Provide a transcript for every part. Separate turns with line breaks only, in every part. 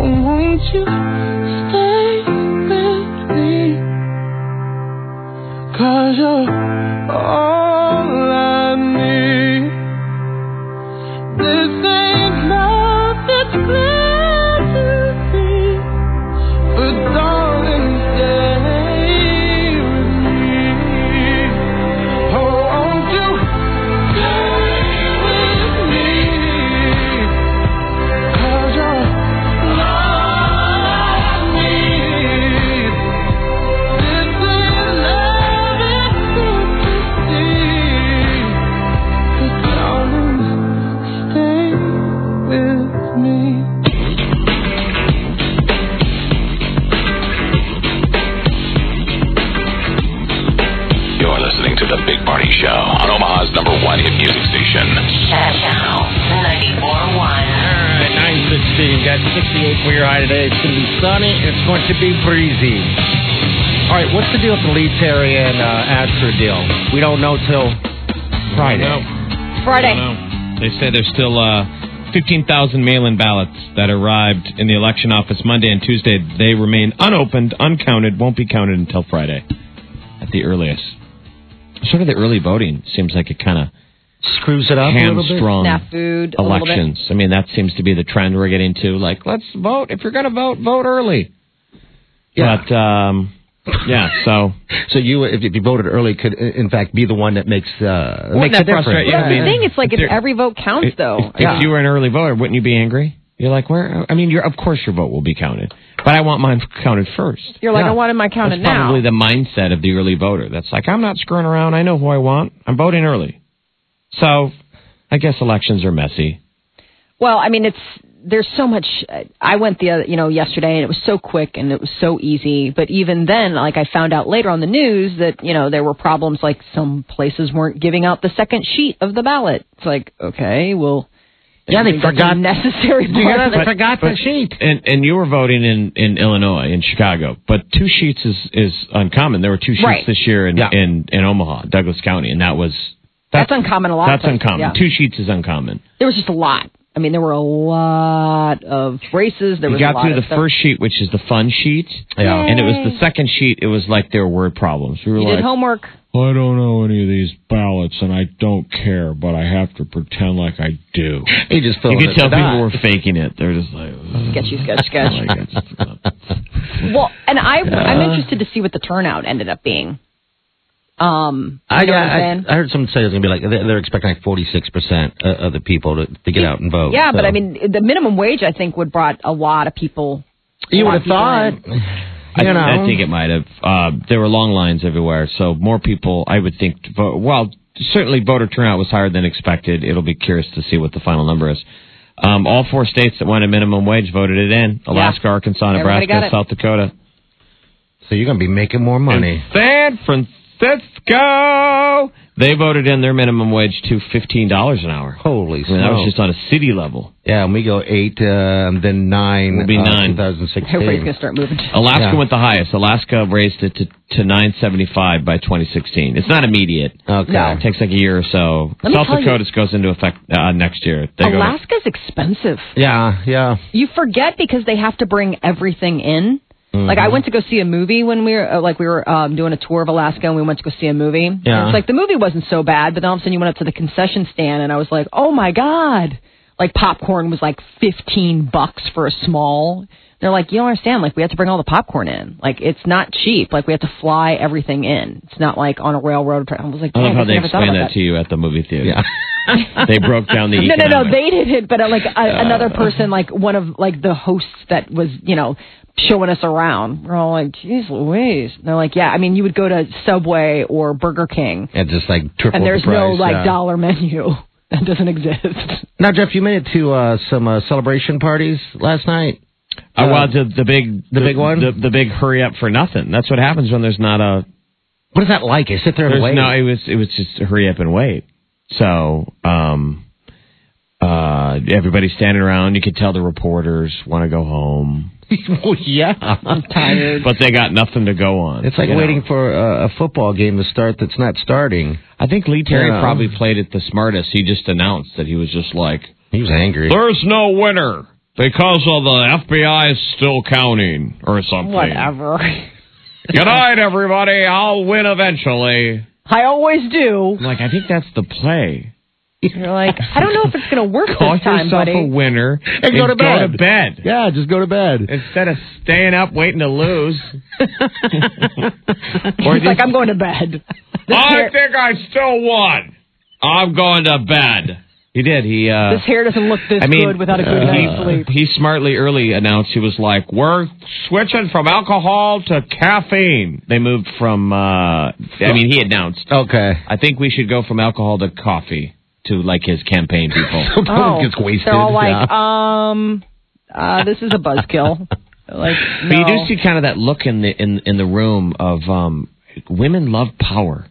Won't you stay with me? Cause you're all I need. This ain't love that's clear to see. But darling, stay with me. Oh, won't you stay with me? Cause you're all I need. This is love it's good to see. But darling, stay with me.
You're listening to The Big Party Show on Omaha's number one hit music station.
Alright, 916. Got 68 for your high today. It's going to be sunny. It's going to be breezy. All right, what's the deal with the Lee Terry and uh, Astra deal? We don't know till Friday.
No.
Friday.
No. They say there's still uh, 15,000 mail-in ballots that arrived in the election office Monday and Tuesday. They remain unopened, uncounted, won't be counted until Friday at the earliest. Sort of the early voting seems like it kind of
Screws it up a little bit.
hamstrung
Snafu'd a little bit.
elections. I mean, that seems to be the trend we're getting to. Like, let's vote. If you're going to vote, vote early.
Yeah.
But, um, yeah, so...
So you, if if you voted early, could i- in fact be the one that makes uh,
Wouldn't
makes a
that frustrate
difference.
you?
That's
I
the
mean,
thing. It's like
if
it's
there-
every vote counts, though.
If, if you were an early voter, wouldn't you be angry? You're like, where? I mean, you're of course your vote will be counted, but I want mine counted first.
You're like,
Yeah.
I wanted mine counted
That's
now.
probably the mindset of the early voter. That's like, I'm not screwing around. I know who I want. I'm voting early. So, I guess elections are messy.
Well, I mean, it's there's so much. I went the other, you know yesterday, and it was so quick and it was so easy. But even then, like I found out later on the news that you know there were problems. Like some places weren't giving out the second sheet of the ballot. It's like okay, well,
Yeah, they
that's a
forgot.
necessary.
You
part
gotta-
of
they
it.
forgot the sheet.
And and you were voting in in Illinois in Chicago, but two sheets is is uncommon. There were two sheets
Right.
this year in,
Yeah.
in in Omaha, Douglas County, and that was
That's uncommon a lot of
That's
places,
uncommon.
yeah.
Two sheets is uncommon.
There was just a lot. I mean, there were a lot of races. There
You
was a
got
lot
through
of
the
stuff.
first sheet, which is the fun sheet.
Yeah.
And it was the second sheet. It was like there were word problems. We were
You
like,
did homework.
I don't know any of these ballots, and I don't care, but I have to pretend like I do.
You just
You
filled
could
it
tell
with
people
that.
were faking it. They're just like, "Ugh."
Sketchy, sketch, sketch.
Like, it's-
Well, and I,
Uh.
I'm interested to see what the turnout ended up being. Um, you
I,
know what I'm
I,
saying?
I heard someone say it's gonna be like they're they're expecting like forty six percent
uh,
of the people to, to get out and vote.
Yeah, but
so.
I mean, the minimum wage I think would brought a lot of people.
you would
lot
have
of
thought.
people in.
I,
You know.
I think it might have. Uh, there were long lines everywhere, so more people, I would think, to vote. Well, certainly voter turnout was higher than expected. It'll be curious to see what the final number is. Um, all four states that wanted minimum wage voted it in Alaska,
Yeah.
Arkansas,
Everybody got
Nebraska,
it.
South Dakota.
So you're gonna be making more money.
San Francisco. They voted in their minimum wage to fifteen dollars an hour.
Holy
I mean, that was
smokes.
just on a city level.
yeah, and we go eight, uh, then nine.
We'll be
uh,
nine.
2016.
Everybody's gonna start moving.
Alaska
Yeah.
went the highest. Alaska raised it to to nine seventy five by twenty sixteen. It's not immediate.
Okay.
No.
It takes like a year or so.
Let me
South
tell you-
Dakota's goes into effect uh, next year. They go-
Alaska's expensive.
Yeah, yeah.
You forget because they have to bring everything in. Like
Mm-hmm.
I went to go see a movie when we were uh, like we were um, doing a tour of Alaska and we went to go see a movie. And
Yeah.
It's like the movie wasn't so bad, but then all of a sudden you went up to the concession stand and I was like, oh my god! Like popcorn was like fifteen bucks for a small. They're like, you don't understand. Like we have to bring all the popcorn in. Like it's not cheap. Like we have to fly everything in. It's not like on a railroad. Tra- I was like,
I love
"Dang,
how
guess
they
never thought
explained
about
that to you at the movie theater.
Yeah.
they broke down the
no, no, no,
economics. Uh.
they didn't. But uh, like a, another person, like one of like the hosts that was, you know, showing us around. We're all like, "Jeez Louise!" And they're like, "Yeah." I mean, you would go to Subway or Burger King,
Yeah, just like triple
and there's
the price.
no like
yeah.
dollar menu that doesn't exist.
Now, Jeff, you made it to uh, some uh, celebration parties last night.
I was Uh, the, the big,
the big one?
the, the big hurry up for nothing. That's what happens when there's not a
What is that like? I sit there and
There's
wait.
No, it was it was just hurry up and wait. So, um, uh, everybody's standing around. You could tell the reporters want to go home,
Well, yeah, I'm tired.
but they got nothing to go on.
It's like
you know?
waiting for a, a football game to start that's not starting.
I think Lee Terry
Yeah.
probably played it the smartest. He just announced that he was just like,
He was angry.
"There's no winner." Because of the FBI is still counting or something.
Whatever.
Good night, everybody. I'll win eventually.
I always do.
I'm like, I think that's the play.
You're like, I don't know if it's gonna work
Call
this time,
yourself
buddy.
a winner and,
go to
Go to
bed.
bed.
Yeah, just go to bed.
instead of staying up waiting to lose. or
He's like, I'm going to bed. This, hair,
think I still won. I'm going to bed. He did. He. Uh,
this hair doesn't look this
I mean,
good without a good
uh,
night's sleep.
he smartly early announced he was like, "We're switching from alcohol to caffeine." They moved from. Uh, I mean, he announced.
Okay.
I think we should go from alcohol to coffee to like his campaign people.
No
Oh,
one gets wasted.
They're all
yeah.
like, um, uh, this is a buzzkill. like,
But
no.
you do see kind of that look in the in in the room of um, women love power.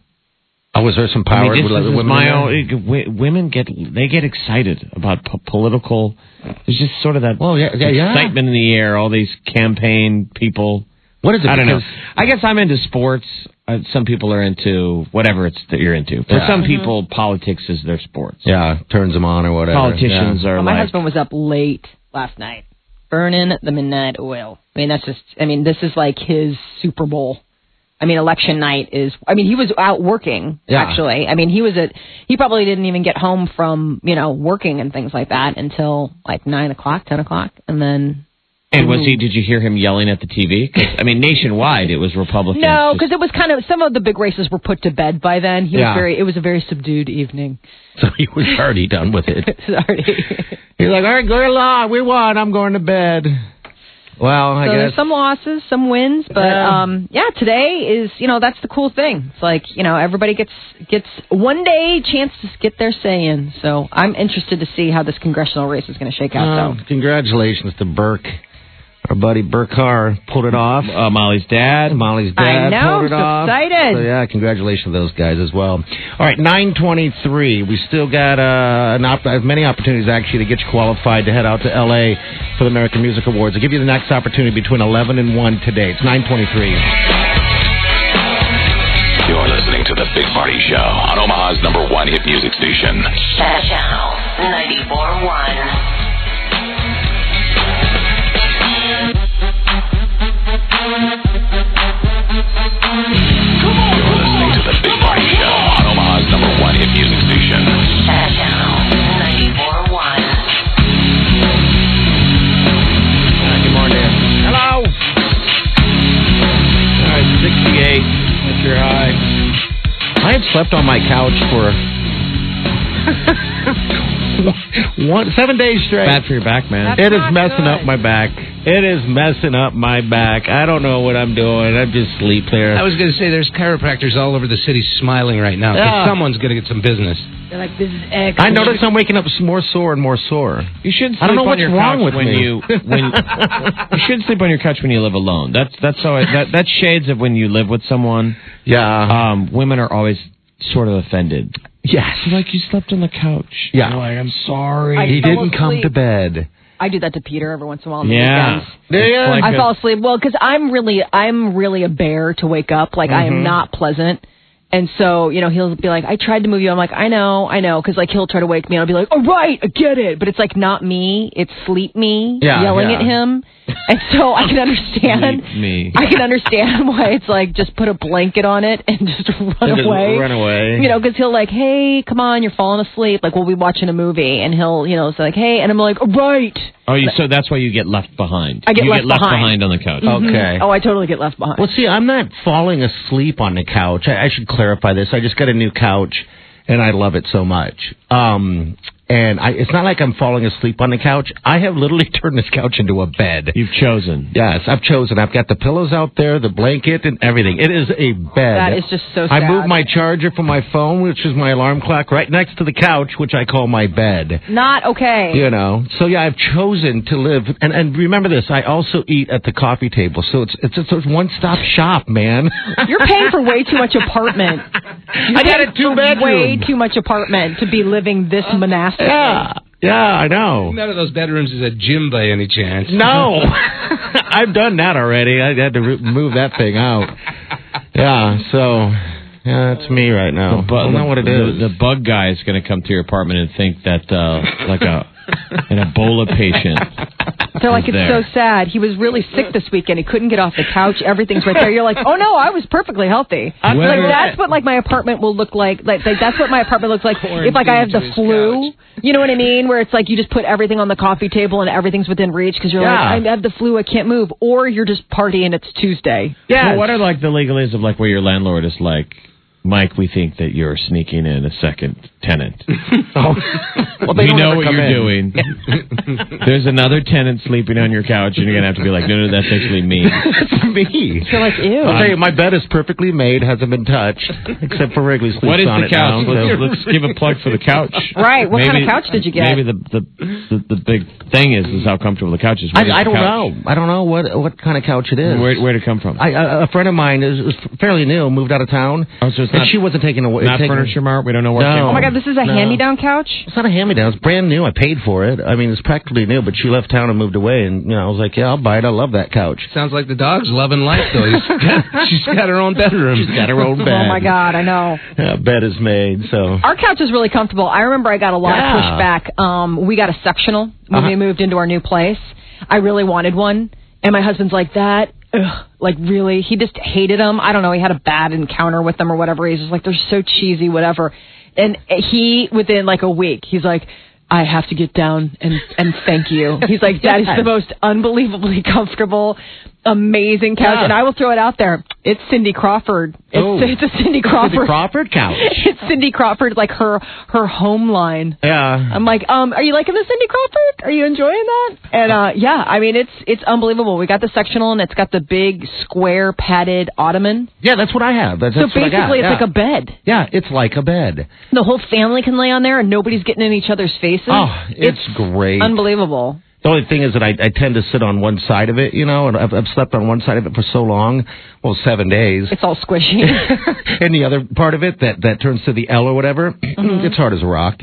oh, was there some
I
power?
mean, this
Would let
is
women
my
in there?
own. w- Women get they get excited about po- political. There's just sort of that
Well, yeah, yeah, yeah.
excitement in the air. All these campaign people.
What is it?
I don't know.
because-
I guess I'm into sports. Uh, some people are into whatever it's that you're into. For
Yeah.
some people, politics is their sports.
Yeah, turns them on or whatever.
Politicians
yeah.
are
Well, my
like
husband was up late last night, burning the midnight oil. I mean, that's just. I mean, this is like his Super Bowl. I mean, election night is. I mean, he was out working
Yeah.
actually. I mean, he was at. He probably didn't even get home from you know working and things like that until like nine o'clock, ten o'clock, and then
And was he? Did you hear him yelling at the TV? 'Cause, I mean, nationwide, it was Republicans.
No,
Just-
because it was kind of some of the big races were put to bed by then. He
Yeah.
was very. It was a very subdued evening.
So he was already done with it.
Sorry.
He's like, all right, go along. We won. I'm going to bed. Well, I
so
guess.
there's some losses, some wins, but
Yeah.
um, yeah, today is you know that's the cool thing. It's like you know everybody gets gets one day chance to get their say in. So I'm interested to see how this congressional race is going to shake out.
Oh, congratulations to Burke. Our buddy Burke Carr pulled it off.
uh, Molly's dad.
Molly's dad
I know,
pulled it
I'm so
off.
excited.
So, yeah, congratulations to those guys as well. All right, 923. We still got uh, an op- I have many opportunities, actually, to get you qualified to head out to L.A. for the American Music Awards. I'll give you the next opportunity between 11 and 1 today. It's 923.
You're listening to The Big Party Show on Omaha's number one hit music station.
Channel 94.1.
You're listening to The Big Party Show on Omaha's number one hit music station.
Channel 94.1.
Good morning. Hello. All right, 68. That's your high. I have slept on my couch for one seven days straight.
Bad for your back, man.
it is messing up my back. It is messing up my back. I don't know what I'm doing. I'm just sleep there.
I was going to say there's chiropractors all over the city smiling right now. 'cause
Yeah.
Someone's going to get some business.
They're like this is X.
I notice I'm waking up s- more sore and more sore.
You should sleep
I don't know
on
what's
your
wrong
couch
with
when
me.
you when you should sleep on your couch when you live alone. That's that's always that that's shades of when you live with someone.
Uh,
Yeah.
Um, women are always sort of offended.
yes.
Like you slept on the couch.
Yeah.
You're like I'm sorry.
I
He
fell
didn't come
asleep.
to bed.
I do that to Peter every once in a while. On The
yeah.
weekends.
Yeah.
It's
I
like
fall
a-
asleep. Well, because I'm really, I'm really a bear to wake up. Like I
Mm-hmm.
am not pleasant, and so you know he'll be like, "I tried to move you." I'm like, "I know, I know," because like he'll try to wake me, and I'll be like, "All right, I get it," but it's like not me. It's sleep me
Yeah,
yelling
yeah.
at him, and so I can understand.
Sleep me.
I can understand why it's like just put a blanket on it and just run
Just
away.
run away.
You know, because he'll like, hey, come on, you're falling asleep. Like we'll be watching a movie, and he'll, you know, it's like, hey, and I'm like, "All right.
oh, you, so that's why you get left behind.
I get
you
left
get left
behind.
behind. on the couch.
Mm-hmm.
Okay.
Oh, I totally get left behind.
Well, see, I'm not falling asleep on the couch. I, I should clarify this. I just got a new couch, and I love it so much. Um,
and I, it's not like I'm falling asleep on the couch. I have literally turned this couch into a bed.
You've chosen.
Yes, I've chosen. I've got the pillows out there, the blanket, and everything. It is a bed.
That is just so
I
sad.
moved my charger for my phone, which is my alarm clock, right next to the couch, which I call my bed.
Not okay.
You know, so yeah, I've chosen to live, and and remember this. I also eat at the coffee table, so it's it's it's a one stop shop, man.
You're paying for way too much apartment.
I got a two
Way
bedroom.
too much apartment to be living this
Uh,
monastic.
Yeah, yeah, I know.
None of those bedrooms is a gym by any chance.
No, I've done that already. I had to re- move that thing out. Yeah, so yeah, that's me right now. I don't know what it is.
The, the bug guy is going to come to your apartment and think that uh, like a an Ebola patient.
They're like,
is
it's
there.
so sad. He was really sick this weekend. He couldn't get off the couch. Everything's right there. You're like, oh no, I was perfectly healthy. like
Whether-
that's what like my apartment will look like. Like, like that's what my apartment looks like if like I have the
Quarantined to his
flu. You know what I mean? Where it's like you just put everything on the coffee table and everything's within reach because you're like, I have the flu, I can't move, or you're just partying. It's Tuesday.
Well, what are like the legalese of like where your landlord is like, Mike, we think that you're sneaking in a second tenant.
Oh. well, they
we
don't
know
ever
what
come
you're
in.
doing. There's another tenant sleeping on your couch, and you're gonna have to be like, no, no, that's actually me.
It's me.
You're like, ew.
I'll tell you, my bed is perfectly made, hasn't been touched, except for Wrigley sleeps
What is
on
the
it
couch?
now, so-
Let's, let's give a plug for the couch.
Right, what kind of couch did you get?
Maybe the, the the the big thing is is how comfortable the couch is. What
I,
is
I
the
don't
couch?
know. I don't know what what kind of couch it is.
Where where to come from?
I, a- a friend of mine is, is fairly new, moved out of town,
Oh, so it's
and
not-
she wasn't taking away.
Not
taking,
furniture mart. We don't know where.
No.
It came
oh my
from.
god, this is a
No.
hand-me-down couch.
It's not a hand-me-down. It's brand new. I paid for it. I mean, it's practically new. But she left town and moved away, and you know, I was like, yeah, I'll buy it. I love that couch.
Sounds like the dog's loving life though. He's got, she's got her own bedroom.
She's got her own bed.
Oh my god, I know.
Yeah, bed is made. So
Our couch is really comfortable. I remember I got a lot
Mm-hmm. Yeah. Uh-huh.
of pushback. Um, we got a sectional when we moved into our new place. I really wanted one, and my husband's like that. Ugh, like really, he just hated them. I don't know. He had a bad encounter with them or whatever. He's just like they're so cheesy, whatever. And he, within like a week, he's like. I have to get down and and thank you. He's like that is the most unbelievably comfortable, amazing couch, and I will throw it out there. It's Cindy Crawford. It's,
Oh.
it's a Cindy
the
Crawford
Crawford couch.
it's Cindy Crawford, like her her home line.
Yeah.
I'm like, um, are you liking the Cindy Crawford? Are you enjoying that? And uh, yeah, I mean, it's it's unbelievable. We got the sectional, and it's got the big square padded ottoman.
yeah, that's what I have. That's,
So
that's what I got.
basically, it's
yeah.
like a bed.
Yeah, it's like a bed.
The whole family can lay on there, and nobody's getting in each other's faces.
Oh, it's, great.
unbelievable.
The only thing is that I, I tend to sit on one side of it, you know, and I've, I've slept on one side of it for so long, well, seven days.
It's all squishy.
and the other part of it that, that turns to the L or whatever, it's hard as a rock.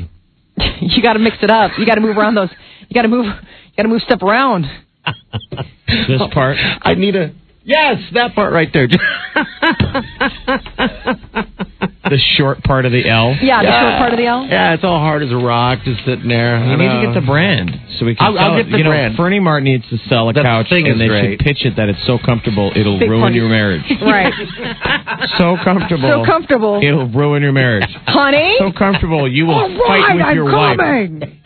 you got to mix it up. You got to move around those. You got to move. You got to move stuff around.
This part.
I need a yes, that part right there.
The short part of the L.
Yeah, the short part of the L.
yeah, it's all hard as a rock, just sitting there.
We
I
need to
know.
get the brand so we can.
I'll-
sell
I'll
it.
get the
you know,
brand.
Fernie Mart needs to sell a
The
couch,
thing is
and they should
great.
pitch it that it's so comfortable it'll
Big
ruin
party.
your marriage.
Right.
so comfortable.
So comfortable,
It'll ruin your marriage.
honey.
so comfortable, you will
Oh,
fight with your wife.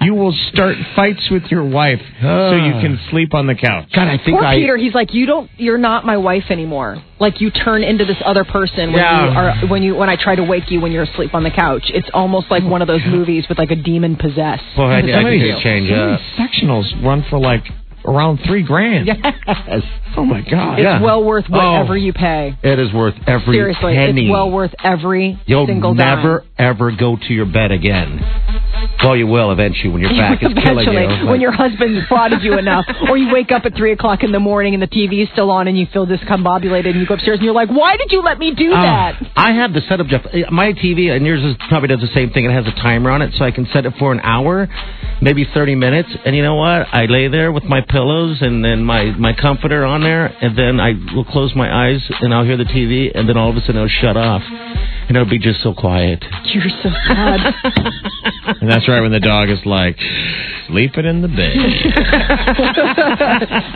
You will start fights with your wife so you can sleep on the couch.
God, I think
Poor
I.
Peter, he's like, you don't, you're not my wife anymore. Like you turn into this other person when you
Yeah.
are when you when I try to wake you when you're asleep on the couch. It's almost like one of those movies with like a demon possessed.
Oh, Boy, I, I
Some of
need
these-
to change
some of
up.
these sectionals run for like around three grand.
Yes.
Oh my god.
Yeah.
It's well worth whatever
Oh.
you pay.
It is worth every
Seriously,
penny.
it's well worth every
You'll
single
never
dime.
ever go to your bed again. Well, you will eventually when your back is killing you.
Eventually,
It's
when
like-
your husband's prodded you enough, or you wake up at three o'clock in the morning and the TV's still on, and you feel discombobulated, and you go upstairs and you're like, "Why did you let me do
Oh,
that?"
I have the setup, Jeff. Uh, My TV and yours is, probably does the same thing. It has a timer on it, so I can set it for an hour, maybe 30 minutes. And you know what? I lay there with my pillows and then my, my comforter on there, and then I will close my eyes and I'll hear the TV, and then all of a sudden it'll shut off. And it'll be just so quiet.
You're so sad.
And that's right when the dog is like sleeping in the bed.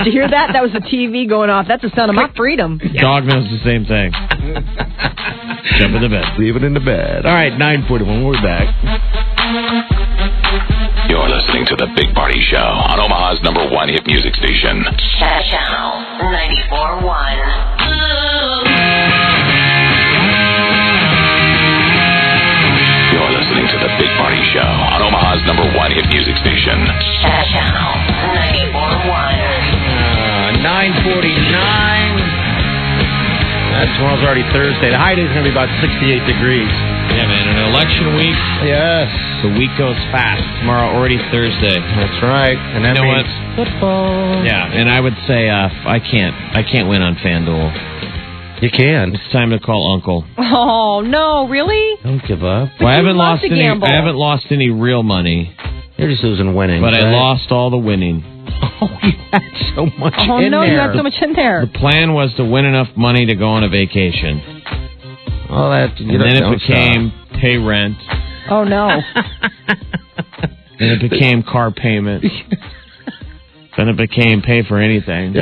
Did you hear that? That was the TV going off. That's the sound of my freedom.
Dog knows the same thing. Jump in the bed.
Leave it in the bed. All right, 941. We're back.
You're listening to The Big Party Show on Omaha's number one hit music station.
Channel 94.1.
You're listening to The Big Party Show on Omaha's number one hit music station.
Channel 941.
Uh, 949. That's tomorrow's already Thursday. The high day's going to be about 68 degrees.
Yeah, man. In an election week,
Yes.
the week goes fast. Tomorrow already Thursday.
That's right. And that
You know
means football.
Yeah, and I would say uh, I can't. I can't win on FanDuel.
You can.
It's time to call Uncle.
Oh no, really?
Don't give up.
But
Well, I
you
haven't
love
lost
to
any.
gamble.
I haven't lost any real money,
You're just losing winning.
but I
right?
lost all the winning.
Oh, you had so much
Oh
in
no, you
there.
have so much in there.
The plan was to win enough money to go on a vacation,
All that. You
and
don't,
then
don't
it became pay rent,
Oh no.
then it became car payment, then it became pay for anything.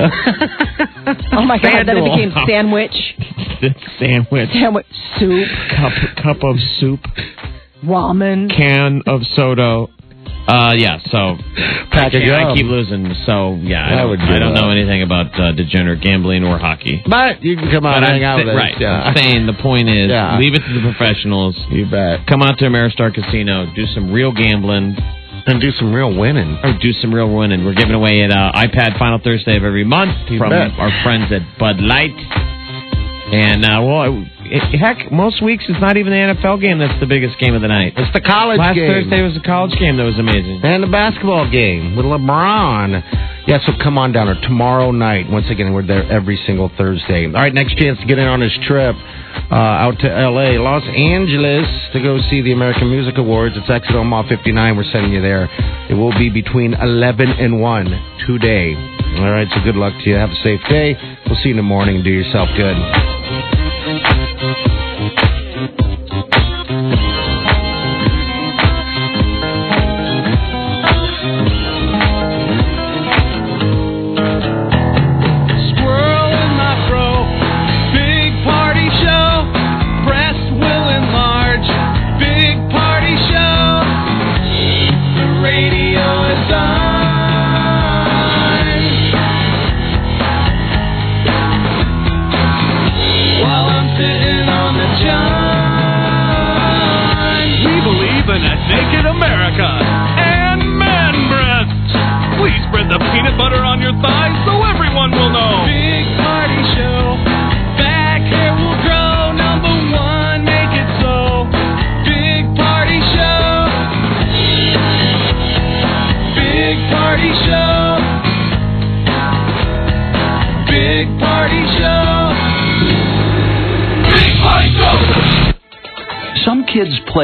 Oh my god, then it
FanDuel.
became sandwich,
Sandwich,
sandwich soup,
cup, cup of soup,
ramen.
can of soda. Uh, yeah. So
Pack of
Yeah, I
gum.
keep losing, so yeah, I
I
don't,
would
I
give
don't know
up.
anything about uh, degenerate gambling or hockey.
But you can come out
But
and
I'm
hang out
sa-
with
right.
us. Yeah.
I'm saying the point is,
Yeah.
leave it to the professionals.
You bet.
Come out to Ameristar Casino, do some real gambling,
And do some real winning.
or Oh, do some real winning. We're giving away an uh, iPad final Thursday of every month from
bet.
our friends at Bud Light. And uh, well, it, heck, most weeks it's not even the NFL game that's the biggest game of the night.
It's the college
Last
game.
Thursday was a college game that was amazing.
And the basketball game with LeBron. Yeah, so come on down there tomorrow night. Once again, we're there every single Thursday. All right, next chance to get in on his trip uh, out to L.A., Los Angeles, to go see the American Music Awards. It's Exit Omaha 59. We're sending you there. It will be between 11 and 1 today. All right, so good luck to you. Have a safe day. We'll see you in the morning. Do yourself good.
Swirl in my fro, big party show. Breast will enlarge, big party show. The radio is on. While I'm sitting on the john. We believe in a naked America and man breasts. Please spread the peanut butter on your thighs so everyone will know. Big party show. Back hair will grow. Number one, make it so. Big party show. Big party show. Big party show. Big party show.
Some kids play.